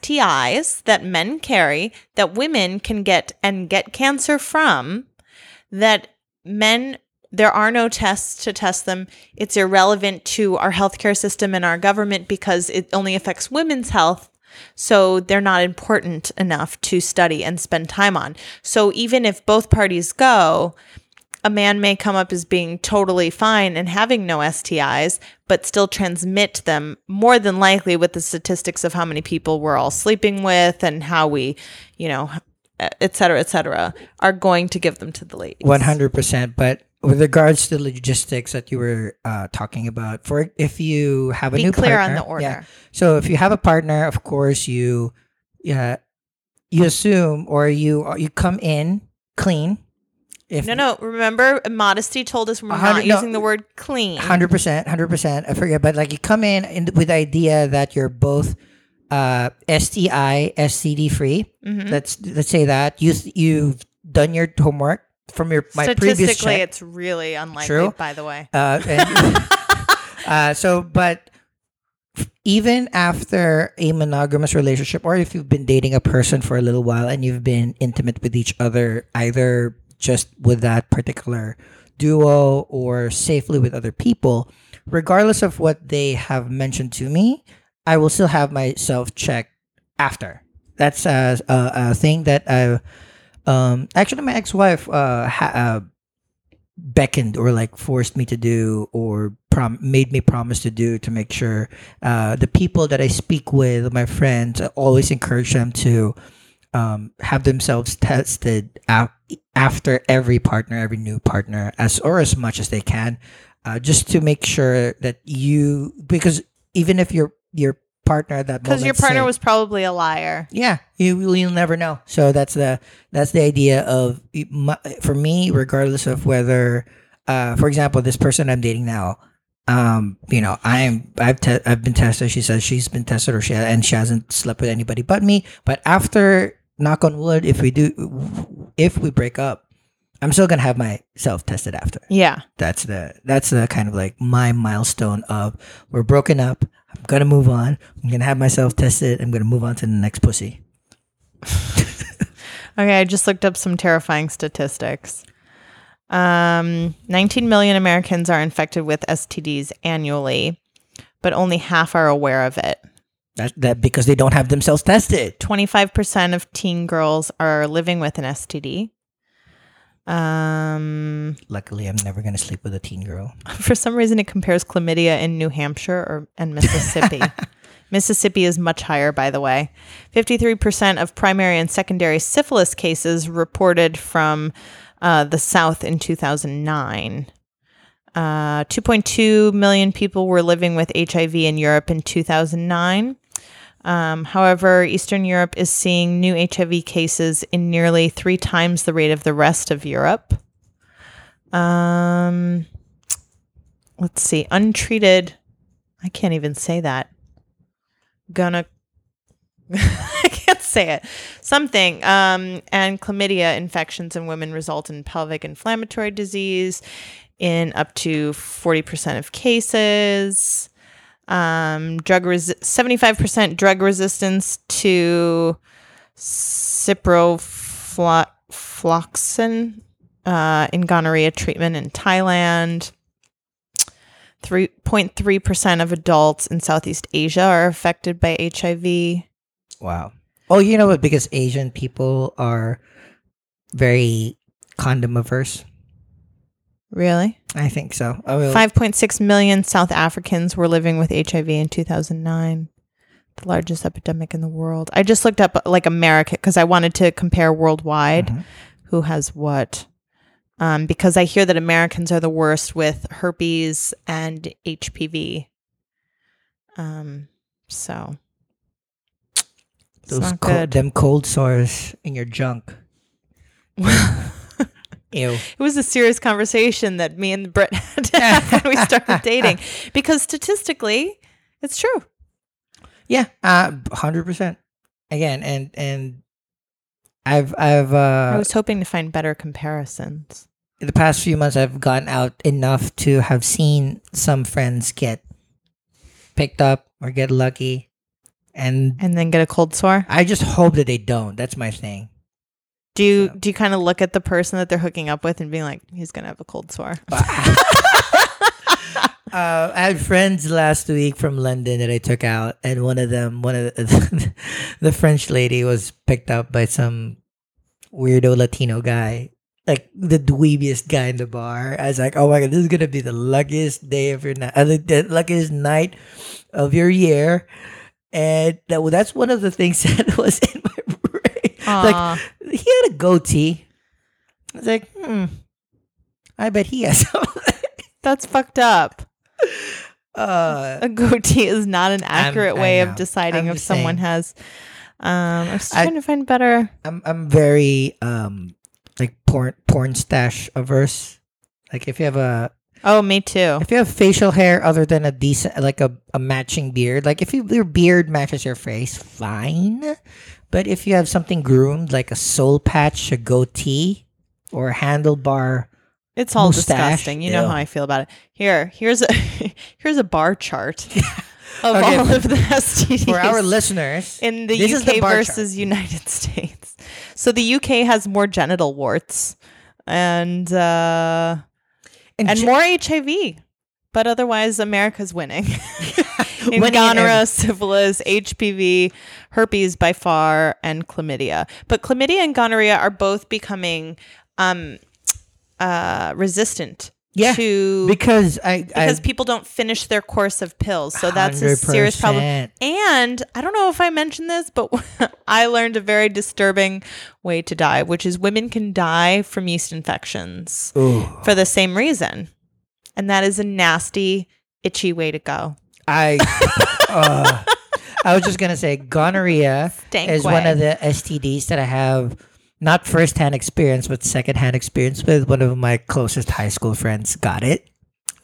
Speaker 1: STIs that men carry that women can get and get cancer from that men. There are no tests to test them. It's irrelevant to our healthcare system and our government because it only affects women's health. So they're not important enough to study and spend time on. So even if both parties go, a man may come up as being totally fine and having no STIs, but still transmit them more than likely with the statistics of how many people we're all sleeping with and how we, you know, et cetera, et cetera, are going to give them to the ladies.
Speaker 2: One hundred percent. But with regards to logistics that you were uh, talking about, for if you have a
Speaker 1: Be
Speaker 2: new
Speaker 1: clear on
Speaker 2: partner-
Speaker 1: the order.
Speaker 2: yeah. So if you have a partner, of course you, yeah, you assume or you you come in clean. If
Speaker 1: No, no. Remember, modesty told us we're
Speaker 2: A hundred-
Speaker 1: not
Speaker 2: no.
Speaker 1: using the word clean.
Speaker 2: Hundred percent, hundred percent. I forget, but like you come in, in with the idea that you're both uh, STI, STD free.
Speaker 1: Mhm.
Speaker 2: Let's let's say that you you've done your homework from your my previous
Speaker 1: Statistically,
Speaker 2: check.
Speaker 1: it's really unlikely.
Speaker 2: True.
Speaker 1: By the way,
Speaker 2: Uh, and, uh, so, but even after a monogamous relationship, or if you've been dating a person for a little while and you've been intimate with each other, either just with that particular duo or safely with other people, regardless of what they have mentioned to me, I will still have myself checked after. That's a, a, a thing that I, um, actually, my ex-wife uh, ha- uh, beckoned or like forced me to do or prom- made me promise to do to make sure uh, the people that I speak with, my friends, I always encourage them to um, have themselves tested af- after every partner, every new partner, as or as much as they can, uh, just to make sure that you because even if your your partner at that
Speaker 1: because your
Speaker 2: moment
Speaker 1: partner
Speaker 2: said-
Speaker 1: was probably a liar.
Speaker 2: yeah, you will- you'll never know. So that's the that's the idea of my, for me, regardless of whether, uh, for example, this person I'm dating now, um, you know, I'm I've te- I've been tested. She says she's been tested, or she and she hasn't slept with anybody but me. But after, knock on wood, if we do, if we break up, I'm still gonna have myself tested after
Speaker 1: Yeah,
Speaker 2: that's the that's the kind of like my milestone of we're broken up i'm gonna move on i'm gonna have myself tested i'm gonna move on to the next pussy
Speaker 1: Okay, I just looked up some terrifying statistics. Um, 19 million Americans are infected with STDs annually, but only half are aware of it.
Speaker 2: that, that because they don't have themselves tested
Speaker 1: 25% of teen girls are living with an STD. Um,
Speaker 2: luckily i'm never gonna sleep with a teen girl
Speaker 1: For some reason, it compares chlamydia in New Hampshire or, and Mississippi. Mississippi is much higher, by the way. 53% of primary and secondary syphilis cases reported from uh, the South in 2009. Uh, 2.2 million people were living with HIV in Europe in 2009. Um, however, Eastern Europe is seeing new HIV cases in nearly three times the rate of the rest of Europe. Um, let's see, untreated. I can't even say that. Gonna. I can't say it. Something. Um, and chlamydia infections in women result in pelvic inflammatory disease in up to 40% of cases. Um, drug resi- 75% drug resistance to ciprofloxacin uh, in gonorrhea treatment in Thailand. 3.3% of adults in Southeast Asia are affected by HIV.
Speaker 2: Wow. Oh, you know what? Because Asian people are very condom averse.
Speaker 1: Really?
Speaker 2: I think so. I will-
Speaker 1: 5.6 million South Africans were living with HIV in 2009, the largest epidemic in the world. I just looked up like America because I wanted to compare worldwide
Speaker 2: Mhm.
Speaker 1: who has what. Um, because I hear that Americans are the worst with herpes and HPV. Um, so it's
Speaker 2: Those
Speaker 1: not
Speaker 2: co-
Speaker 1: good.
Speaker 2: them cold sores in your junk. Ew.
Speaker 1: It was a serious conversation that me and Britt had to have when we started dating because statistically, it's true.
Speaker 2: Yeah, uh, hundred percent. Again, and and I've I've uh,
Speaker 1: I was hoping to find better comparisons.
Speaker 2: in the past few months I've gone out enough to have seen some friends get picked up or get lucky, and
Speaker 1: And then get a cold sore.
Speaker 2: I just hope that they don't. That's my thing.
Speaker 1: Do you do you kind of look at the person that they're hooking up with and being like, he's gonna have a cold sore?
Speaker 2: Uh, I had friends last week from London that I took out, and one of them, one of the, the French lady, was picked up by some weirdo Latino guy, like the dweebiest guy in the bar. I was like, "Oh my god, this is gonna be the luckiest day of your night, uh, the- the luckiest night of your year." And that, well, that's one of the things that was in my brain. Like
Speaker 1: Aw.
Speaker 2: he had a goatee. I was like, "Hmm, I bet he has." something.
Speaker 1: that's fucked up.
Speaker 2: Uh,
Speaker 1: A goatee is not an accurate
Speaker 2: I
Speaker 1: way
Speaker 2: know.
Speaker 1: of deciding
Speaker 2: I'm
Speaker 1: if
Speaker 2: just
Speaker 1: someone
Speaker 2: saying.
Speaker 1: has. Um, I'm just
Speaker 2: I-
Speaker 1: trying to find better.
Speaker 2: I'm I'm very um like porn porn stash averse. Like if you have a
Speaker 1: Oh, me too.
Speaker 2: if you have facial hair other than a decent like a, a matching beard, like if you, your beard matches your face, fine. But if you have something groomed like a soul patch, a goatee, or a handlebar,
Speaker 1: It's all
Speaker 2: Mustache.
Speaker 1: disgusting. You know
Speaker 2: Ew.
Speaker 1: how I feel about it. Here, here's a here's a bar chart of
Speaker 2: Okay,
Speaker 1: all
Speaker 2: for-
Speaker 1: of the STDs
Speaker 2: for our listeners,
Speaker 1: in the
Speaker 2: this is
Speaker 1: UK
Speaker 2: the bar chart.
Speaker 1: versus United States. So the UK has more genital warts and uh,
Speaker 2: and,
Speaker 1: and
Speaker 2: ge-
Speaker 1: more HIV, but otherwise America's winning. in
Speaker 2: Winning in
Speaker 1: gonorrhea,
Speaker 2: every-
Speaker 1: syphilis, HPV, herpes by far, and chlamydia. But chlamydia and gonorrhea are both becoming um, uh, resistant
Speaker 2: Yeah,
Speaker 1: to
Speaker 2: because I
Speaker 1: because
Speaker 2: I,
Speaker 1: people don't finish their course of pills. So that's a serious problem.
Speaker 2: 100%.
Speaker 1: And I don't know if I mentioned this, but I learned a very disturbing way to die, which is women can die from yeast infections
Speaker 2: Ooh.
Speaker 1: for the same reason. And that is a nasty, itchy way to go.
Speaker 2: I uh, I was just gonna say gonorrhea
Speaker 1: Stank
Speaker 2: is
Speaker 1: way.
Speaker 2: one of the STDs that I have not firsthand experience but secondhand experience with. One of my closest high school friends got it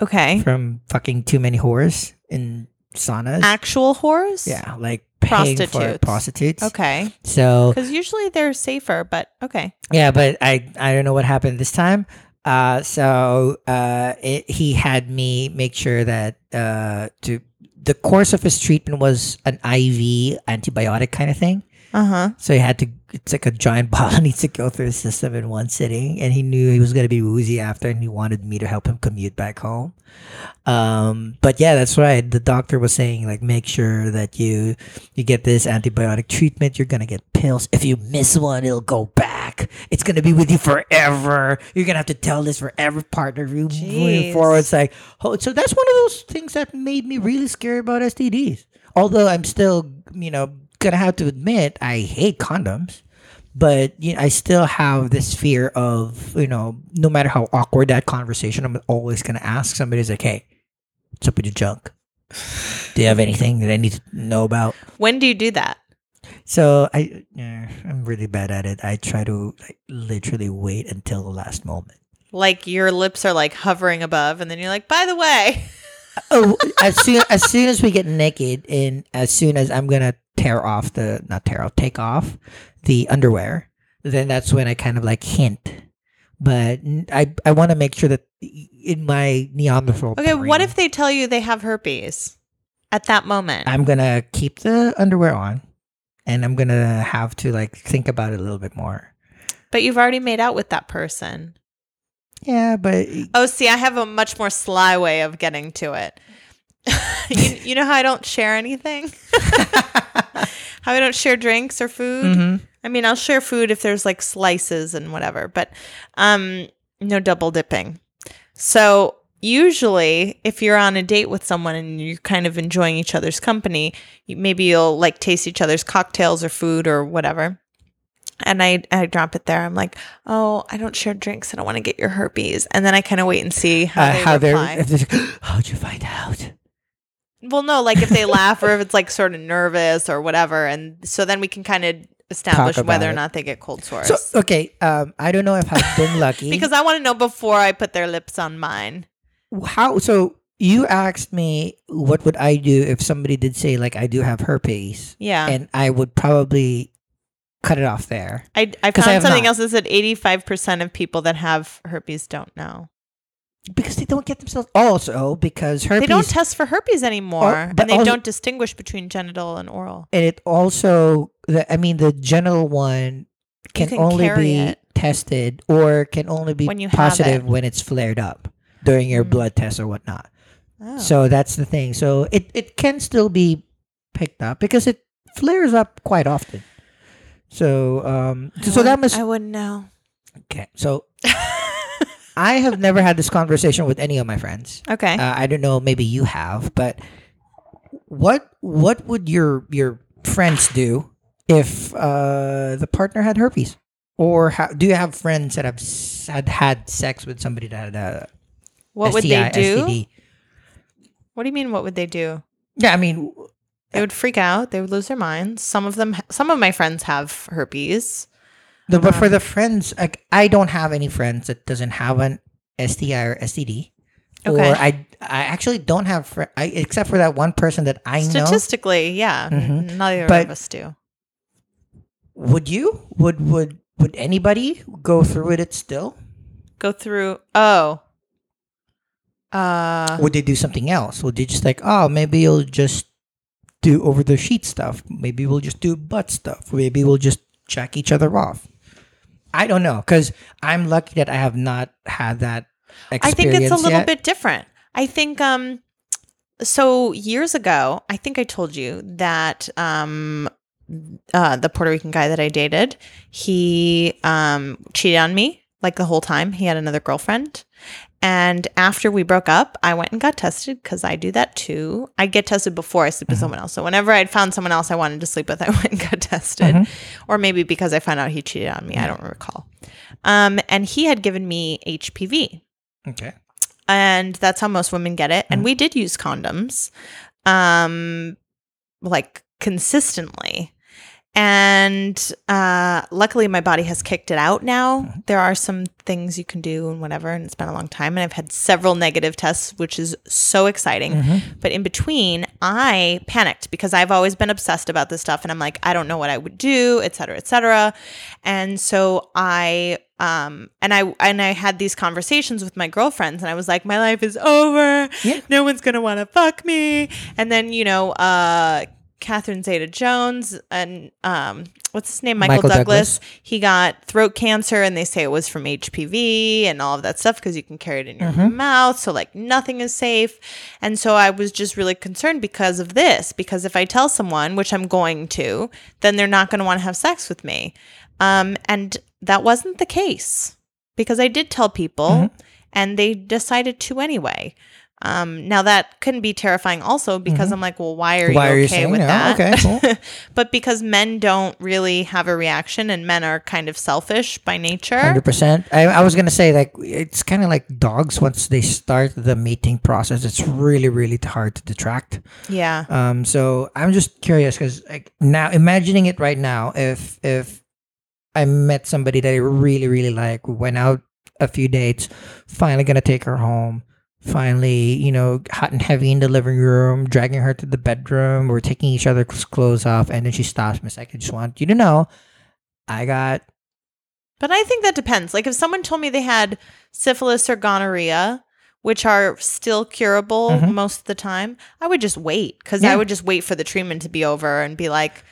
Speaker 1: Okay.
Speaker 2: from fucking too many whores in saunas.
Speaker 1: Actual whores?
Speaker 2: yeah, like paying for it,
Speaker 1: Prostitutes.
Speaker 2: prostitutes.
Speaker 1: Okay.
Speaker 2: So
Speaker 1: Because usually they're safer, but okay.
Speaker 2: yeah, but I I don't know what happened this time. Uh, so uh, it, he had me make sure that uh, to the course of his treatment was an IV antibiotic kind of thing.
Speaker 1: Uh huh.
Speaker 2: So he had to. It's like a giant bottle needs to go through his system in one sitting, and he knew he was gonna be woozy after, and he wanted me to help him commute back home. Um, but yeah, that's right. The doctor was saying like, make sure that you you get this antibiotic treatment. You're gonna get pills. If you miss one, it'll go back. It's gonna be with you forever. You're gonna have to tell this forever partner room- moving
Speaker 1: Jeez.
Speaker 2: forward. It's like, oh, so that's one of those things that made me really scared about STDs. Although I'm still, you know, gonna have to admit I hate condoms, but you know, I still have this fear of you know, no matter how awkward that conversation, I'm always gonna ask somebody is like, hey, what's up with your junk? Do you have anything that I need to know about?
Speaker 1: When do you do that?
Speaker 2: So I, yeah, I'm really bad at it. I try to like, literally wait until the last moment.
Speaker 1: Like your lips are like hovering above, and then you're like, by the way,
Speaker 2: oh, as soon as soon as we get naked, and as soon as I'm gonna tear off the not tear off, take off the underwear, then that's when I kind of like hint. But n- I I want to make sure that in my Neanderthal.
Speaker 1: okay, what
Speaker 2: brain,
Speaker 1: if they tell you they have herpes at that moment?
Speaker 2: I'm gonna keep the underwear on, and I'm gonna have to like think about it a little bit more.
Speaker 1: but you've already made out with that person.
Speaker 2: Yeah, but
Speaker 1: Oh, see, I have a much more sly way of getting to it. you, you know how I don't share anything? how I don't share drinks or food?
Speaker 2: Mhm.
Speaker 1: I mean, I'll share food if there's like slices and whatever, but um no double dipping. So, usually if you're on a date with someone and you're kind of enjoying each other's company, you- maybe you'll like taste each other's cocktails or food or whatever. And I I drop it there. I'm like, "Oh, I don't share drinks. I don't want to get your herpes." And then I kind of wait and see how
Speaker 2: uh,
Speaker 1: they
Speaker 2: how they're
Speaker 1: reply.
Speaker 2: if they're- how'd you find out?
Speaker 1: Well, no, like if they laugh or if it's like sort of nervous or whatever, and so then we can kind of establish
Speaker 2: about
Speaker 1: whether or
Speaker 2: it.
Speaker 1: not they get cold sores.
Speaker 2: So okay, um, I don't know if I've been lucky
Speaker 1: Because I want to know before I put their lips on mine.
Speaker 2: how. So you asked me what would I do if somebody did say like I do have herpes,
Speaker 1: Yeah.
Speaker 2: and I would probably cut it off there.
Speaker 1: I, I
Speaker 2: 'Cause I
Speaker 1: found
Speaker 2: have
Speaker 1: something else
Speaker 2: not.
Speaker 1: that said 85% of people that have herpes don't know.
Speaker 2: because they don't get themselves also because herpes Oh,
Speaker 1: They don't test for herpes anymore,
Speaker 2: but
Speaker 1: and they
Speaker 2: also-
Speaker 1: don't distinguish between genital and oral.
Speaker 2: and it also the, i mean the genital one can,
Speaker 1: can
Speaker 2: only
Speaker 1: carry
Speaker 2: be
Speaker 1: it.
Speaker 2: tested or can only be
Speaker 1: When you have it.
Speaker 2: positive when it's flared up during your
Speaker 1: Mm.
Speaker 2: blood test or whatnot
Speaker 1: Oh.
Speaker 2: so that's the thing so it, it can still be picked up because it flares up quite often so um
Speaker 1: I
Speaker 2: so that
Speaker 1: wouldn't- I
Speaker 2: must
Speaker 1: wouldn't know.
Speaker 2: okay so i have never had this conversation with any of my friends
Speaker 1: Okay.
Speaker 2: uh, I don't know. Maybe you have, but what what would your your friends do if uh, the partner had herpes? Or how, do you have friends that have s- had had sex with somebody that had a
Speaker 1: what would
Speaker 2: STI,
Speaker 1: they do?
Speaker 2: STD?
Speaker 1: What do you mean? What would they do?
Speaker 2: Yeah, I mean,
Speaker 1: They
Speaker 2: Uh,
Speaker 1: would freak out. They would lose their minds. Some of them, some of my friends have herpes.
Speaker 2: the, but for the friends, like I don't have any friends that doesn't have an STI or STD.
Speaker 1: Okay.
Speaker 2: Or I I actually don't have fr- I, except for that one person that I know.
Speaker 1: Statistically, yeah,
Speaker 2: Mhm.
Speaker 1: n- neither
Speaker 2: But-
Speaker 1: of us do.
Speaker 2: Would you? Would would would anybody go through with it still?
Speaker 1: Go through. Oh. Uh.
Speaker 2: would they do something else? Would they just like, oh, maybe you'll just do over the sheet stuff. Maybe we'll just do butt stuff. Maybe we'll just check each other off. I don't know because I'm lucky that I have not had that
Speaker 1: I
Speaker 2: experience.
Speaker 1: think it's a little
Speaker 2: yet.
Speaker 1: bit different. I think um so years ago, I think I told you that um uh the Puerto Rican guy that I dated, he um cheated on me like the whole time. He had another girlfriend. And after we broke up, I went and got tested because I do that too. I get tested before I sleep with
Speaker 2: Mhm.
Speaker 1: someone else. So whenever I'd found someone else I wanted to sleep with, I went and got tested.
Speaker 2: Mhm.
Speaker 1: Or maybe because I found out he cheated on me.
Speaker 2: Mm-hmm.
Speaker 1: I don't recall. Um, and he had given me HPV,
Speaker 2: Okay.
Speaker 1: and that's how most women get it. And we did use condoms, um, like consistently. And uh, luckily, my body has kicked it out now. There are some things you can do and whatever, and it's been a long time. And I've had several negative tests, which is so exciting. But in between, I panicked because I've always been obsessed about this stuff. And I'm like, I don't know what I would do, et cetera, et cetera. And so I, um, and I, and I had these conversations with my girlfriends and I was like, my life is over.
Speaker 2: Yeah.
Speaker 1: No one's going to want to fuck me. And then, you know, uh, Catherine Zeta Jones and, um, what's his name? Michael,
Speaker 2: Michael
Speaker 1: Douglas.
Speaker 2: Douglas.
Speaker 1: He got throat cancer and they say it was from HPV and all of that stuff because you can carry it in your
Speaker 2: Mm-hmm.
Speaker 1: mouth. So, like, nothing is safe. And so I was just really concerned because of this. Because if I tell someone, which I'm going to, then they're not going to want to have sex with me. Um, and that wasn't
Speaker 2: Mm-hmm.
Speaker 1: the case because I did tell people and they decided to anyway. Um, now that can be terrifying also because I'm like, well, why are
Speaker 2: Mm-hmm. Why
Speaker 1: you
Speaker 2: are you
Speaker 1: okay
Speaker 2: saying
Speaker 1: with
Speaker 2: no?
Speaker 1: that?
Speaker 2: Okay, cool.
Speaker 1: but because men don't really have a reaction and men are kind of selfish by nature.
Speaker 2: Hundred percent. I, I was gonna say like it's kind of like dogs. Once they start the mating process, it's really really hard to detract.
Speaker 1: Yeah.
Speaker 2: Um, so I'm just curious because like now imagining it right now, if if I met somebody that I really really like, we went out a few dates, finally gonna take her home, finally you know hot and heavy in the living room, dragging her to the bedroom, we're taking each other's clothes off, and then she stops me. It's like I just want you to know, I got
Speaker 1: But I think that depends. Like if someone told me they had syphilis or gonorrhea, which are still curable
Speaker 2: Mhm.
Speaker 1: most of the time, I would just wait because I
Speaker 2: Yeah.
Speaker 1: would just wait for the treatment to be over and be like,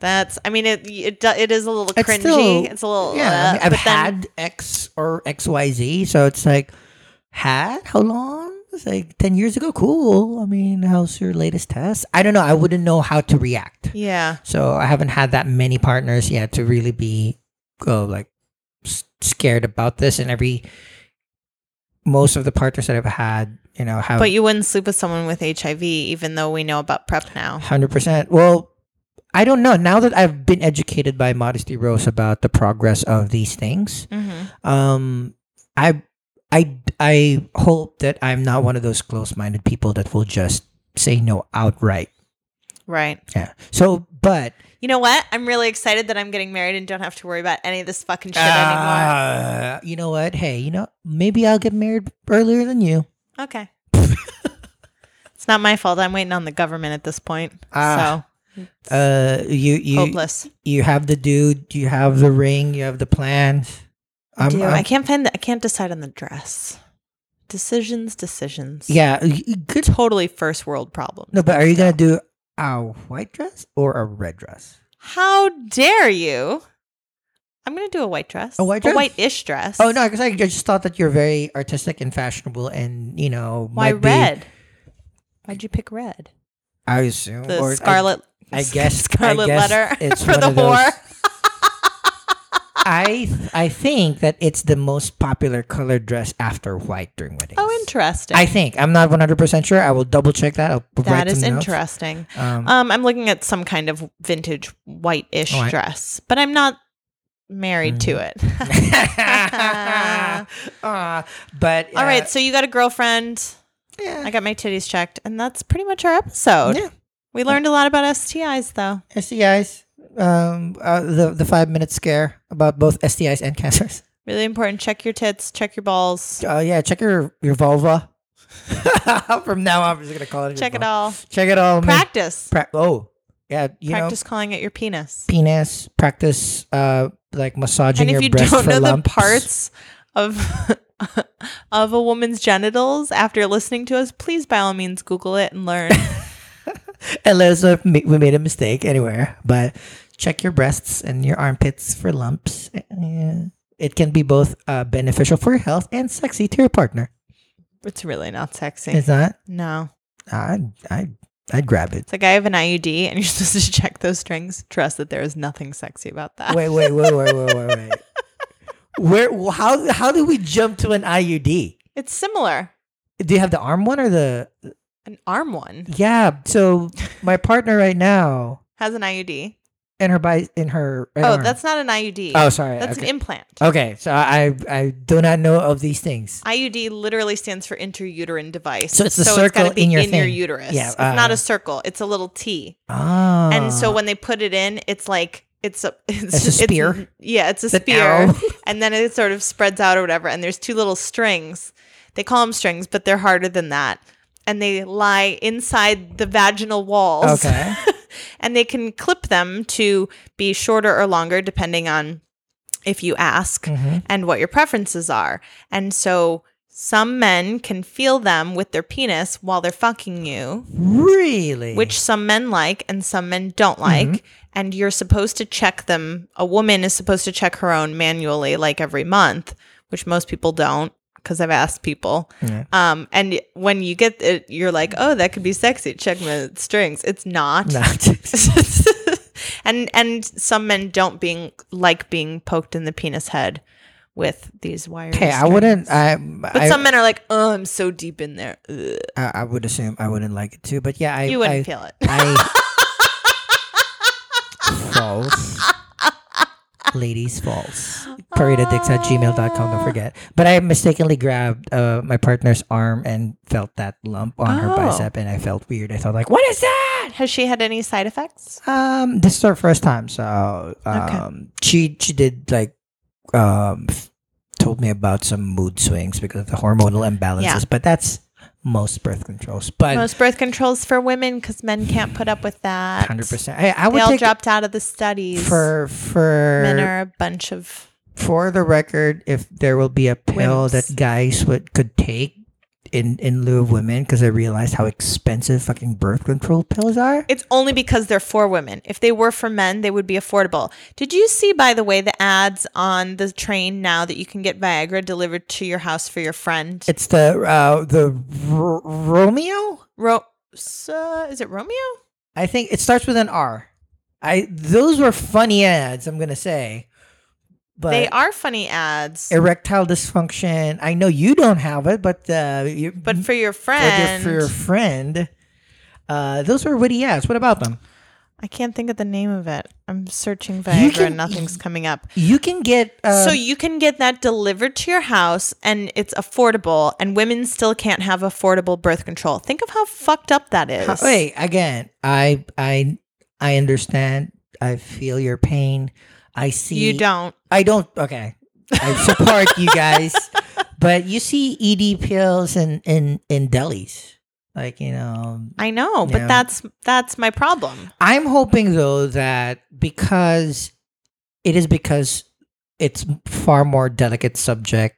Speaker 1: "That's." I mean, it it, do- it is a little cringy.
Speaker 2: still-
Speaker 1: it's a little.
Speaker 2: yeah. I
Speaker 1: uh,
Speaker 2: mean, I've
Speaker 1: but then-
Speaker 2: had X or X Y Z, so it's like had how long? It's like ten years ago. Cool. I mean, how's your latest test? I don't know. I wouldn't know how to react.
Speaker 1: Yeah.
Speaker 2: So I haven't had that many partners yet to really be go like s- scared about this. And every most of the partners that I've had, you know, have
Speaker 1: But you wouldn't sleep with someone with HIV, even though we know about PrEP now.
Speaker 2: Hundred percent. Well, I don't know. Now that I've been educated by Modesty Rose about the progress of these things,
Speaker 1: Mm-hmm.
Speaker 2: um, I, I, I hope that I'm not one of those close-minded people that will just say no outright.
Speaker 1: Right.
Speaker 2: Yeah. So, but
Speaker 1: You know what? I'm really excited that I'm getting married and don't have to worry about any of this fucking shit anymore.
Speaker 2: uh, you know what? Hey, you know, maybe I'll get married earlier than you.
Speaker 1: Okay. it's not my fault. I'm waiting on the government at this point.
Speaker 2: Ah.
Speaker 1: so
Speaker 2: Uh, you, you,
Speaker 1: hopeless.
Speaker 2: you have the dude. You have the ring. You have the plans. I'm,
Speaker 1: Dude,
Speaker 2: I'm-
Speaker 1: I can't find. The, I can't decide on the dress. Decisions, decisions.
Speaker 2: yeah. y- y- Good
Speaker 1: Totally first world problems.
Speaker 2: No, but are you gonna do a white dress or a red dress?
Speaker 1: How dare you? I'm gonna do a white dress.
Speaker 2: A white dress?
Speaker 1: A white-ish dress.
Speaker 2: Oh no, because I just thought that you're very artistic and fashionable, and you know,
Speaker 1: Why
Speaker 2: might be-
Speaker 1: red? Why'd you pick red?
Speaker 2: I assume
Speaker 1: The
Speaker 2: or I-
Speaker 1: scarlet.
Speaker 2: I guess- I
Speaker 1: scarlet
Speaker 2: guess
Speaker 1: letter
Speaker 2: it's
Speaker 1: for
Speaker 2: one
Speaker 1: the
Speaker 2: of those-
Speaker 1: whore.
Speaker 2: I I think that it's the most popular colored dress after white during weddings.
Speaker 1: Oh, interesting.
Speaker 2: I think I'm not 100 percent sure. I will double check that. I'll write
Speaker 1: that is
Speaker 2: some notes.
Speaker 1: interesting.
Speaker 2: Um,
Speaker 1: Um, I'm looking at some kind of vintage white-ish
Speaker 2: All right.
Speaker 1: dress, but I'm not married to
Speaker 2: Mm.
Speaker 1: it.
Speaker 2: uh, but
Speaker 1: All
Speaker 2: uh,
Speaker 1: right, so you got a girlfriend.
Speaker 2: yeah,
Speaker 1: I got my titties checked, and that's pretty much our episode.
Speaker 2: yeah.
Speaker 1: We learned a lot about STIs, though.
Speaker 2: STIs. Um, uh, the the five minute scare about both STIs and cancers.
Speaker 1: Really important. Check your tits, check your balls,
Speaker 2: Uh, yeah, check your your vulva. From now on, I'm just gonna call it. your
Speaker 1: check it
Speaker 2: vulva.
Speaker 1: all.
Speaker 2: Check it all. man.
Speaker 1: Practice.
Speaker 2: Pra- oh, yeah. You
Speaker 1: Practice calling it your penis.
Speaker 2: know, penis practice. Uh, like massaging
Speaker 1: And if
Speaker 2: your
Speaker 1: you
Speaker 2: breast
Speaker 1: don't
Speaker 2: for
Speaker 1: know the
Speaker 2: lumps.
Speaker 1: parts of of a woman's genitals after listening to us, please by all means Google it and learn.
Speaker 2: and let us know if ma- we made a mistake anywhere. But check your breasts and your armpits for lumps. Uh, It can be both uh, beneficial for your health and sexy to your partner.
Speaker 1: it's really not sexy.
Speaker 2: It's not.
Speaker 1: no.
Speaker 2: I I I'd grab it.
Speaker 1: It's like I have an IUD and you're supposed to check those strings. Trust that there is nothing sexy about that.
Speaker 2: wait, wait, wait, wait, wait, wait, wait. Where? How? How did we jump to an IUD?
Speaker 1: It's similar.
Speaker 2: Do you have the arm one or the?
Speaker 1: An arm one
Speaker 2: Yeah. So my partner right now
Speaker 1: has an IUD.
Speaker 2: in her by in her. right
Speaker 1: oh,
Speaker 2: arm-
Speaker 1: that's not an IUD.
Speaker 2: Oh, sorry.
Speaker 1: that's
Speaker 2: okay.
Speaker 1: an
Speaker 2: Oh.
Speaker 1: implant.
Speaker 2: okay. So I I do not know of these things.
Speaker 1: IUD literally stands for interuterine device.
Speaker 2: So it's the
Speaker 1: gotta
Speaker 2: circle in your
Speaker 1: in your
Speaker 2: thing.
Speaker 1: uterus.
Speaker 2: Yeah,
Speaker 1: it's not
Speaker 2: uh,
Speaker 1: a circle. It's a little T.
Speaker 2: Ah.
Speaker 1: and so when they put it in, it's like it's a it's,
Speaker 2: It's a spear?
Speaker 1: yeah, it's a
Speaker 2: It's an
Speaker 1: spear,
Speaker 2: arrow.
Speaker 1: and then it sort of spreads out or whatever. And there's two little strings. They call them strings, but they're harder than that. And they lie inside the vaginal walls.
Speaker 2: Okay.
Speaker 1: and they can clip them to be shorter or longer depending on if you ask
Speaker 2: Mhm.
Speaker 1: and what your preferences are. And so some men can feel them with their penis while they're fucking you
Speaker 2: Really.
Speaker 1: which some men like and some men don't like.
Speaker 2: Mm-hmm.
Speaker 1: And you're supposed to check them. A woman is supposed to check her own manually, like every month, which most people don't because I've asked people.
Speaker 2: Yeah.
Speaker 1: Um, and when you get it, you're like, oh, that could be sexy. Check my strings. It's not.
Speaker 2: Not.
Speaker 1: and and some men don't being like being poked in the penis head, with these wires.
Speaker 2: Okay, I wouldn't. I,
Speaker 1: But
Speaker 2: I,
Speaker 1: some men are like, oh, I'm so deep in there. Ugh.
Speaker 2: I, I would assume I wouldn't like it too. But yeah, I.
Speaker 1: you wouldn't
Speaker 2: I,
Speaker 1: feel it.
Speaker 2: I false. Ladies, false. Paritadicks at gmail.com. Don't forget. But I mistakenly grabbed uh, my partner's arm and felt that lump on her
Speaker 1: Oh.
Speaker 2: bicep, and I felt weird. I thought, like, what is that?
Speaker 1: Has she had any side effects?
Speaker 2: Um, this is her first time, so um,
Speaker 1: Okay.
Speaker 2: she she did like um f- told me about some mood swings because of the hormonal imbalances.
Speaker 1: Yeah.
Speaker 2: But that's most birth controls. But
Speaker 1: Most birth controls for women because men can't put up with that.
Speaker 2: hundred percent, I, I
Speaker 1: They
Speaker 2: would
Speaker 1: all
Speaker 2: take
Speaker 1: dropped out of the studies.
Speaker 2: for for
Speaker 1: men are a bunch of
Speaker 2: for the record, if there will be a pill
Speaker 1: Wimps.
Speaker 2: that guys would could take in in lieu of women, because I realized how expensive fucking birth control pills are.
Speaker 1: It's only because they're for women. If they were for men, they would be affordable. Did you see, by the way, the ads on the train now that you can get Viagra delivered to your house for your friend?
Speaker 2: It's the uh, the R- Romeo.
Speaker 1: Ro- so, is it Romeo?
Speaker 2: I think it starts with an R. I those were funny ads. I'm gonna say, but
Speaker 1: they are funny ads,
Speaker 2: erectile dysfunction. I know you don't have it, but uh, you,
Speaker 1: but for your
Speaker 2: for your,
Speaker 1: friend,
Speaker 2: for your friend, uh, those were witty ads. What about them?
Speaker 1: I can't think of the name of it. I'm searching Viagra
Speaker 2: can-
Speaker 1: and nothing's coming up.
Speaker 2: You can get uh,
Speaker 1: so you can get that delivered to your house and it's affordable and women still can't have affordable birth control. Think of how fucked up that is.
Speaker 2: How- Wait, again, I I I understand. I feel your pain. I see.
Speaker 1: you don't.
Speaker 2: I don't. Okay, I support you guys, but you see ED pills in in in delis, like you know.
Speaker 1: I know,
Speaker 2: Yeah.
Speaker 1: but that's that's my problem.
Speaker 2: I'm hoping though that because it is because it's far more delicate subject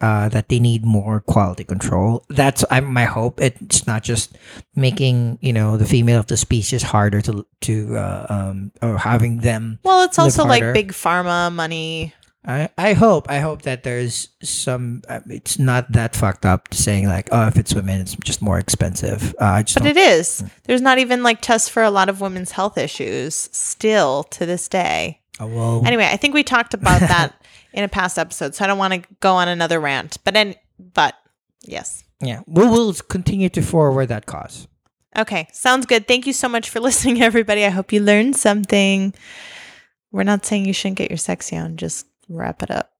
Speaker 2: uh, that they need more quality control. That's I, my hope. It's not just making you know the female of the species harder to to uh, um, or having them.
Speaker 1: Well, it's
Speaker 2: Live
Speaker 1: also like
Speaker 2: harder.
Speaker 1: big pharma money.
Speaker 2: I, I hope I hope that there's some. uh, It's not that fucked up saying like oh if it's women it's just more expensive. Uh, I just
Speaker 1: But
Speaker 2: don't-
Speaker 1: it is. There's not even like tests for a lot of women's health issues still to this day.
Speaker 2: oh, well,
Speaker 1: Anyway, I think we talked about that in a past episode, so I don't want to go on another rant. But then but yes.
Speaker 2: yeah. We will continue to forward that cause.
Speaker 1: Okay, sounds good. Thank you so much for listening everybody. I hope you learned something. We're not saying you shouldn't get your sexy on, just wrap it up.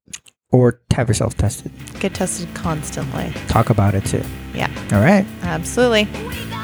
Speaker 2: or have yourself tested.
Speaker 1: Get tested constantly.
Speaker 2: Talk about it too.
Speaker 1: Yeah,
Speaker 2: All right.
Speaker 1: absolutely.
Speaker 3: We got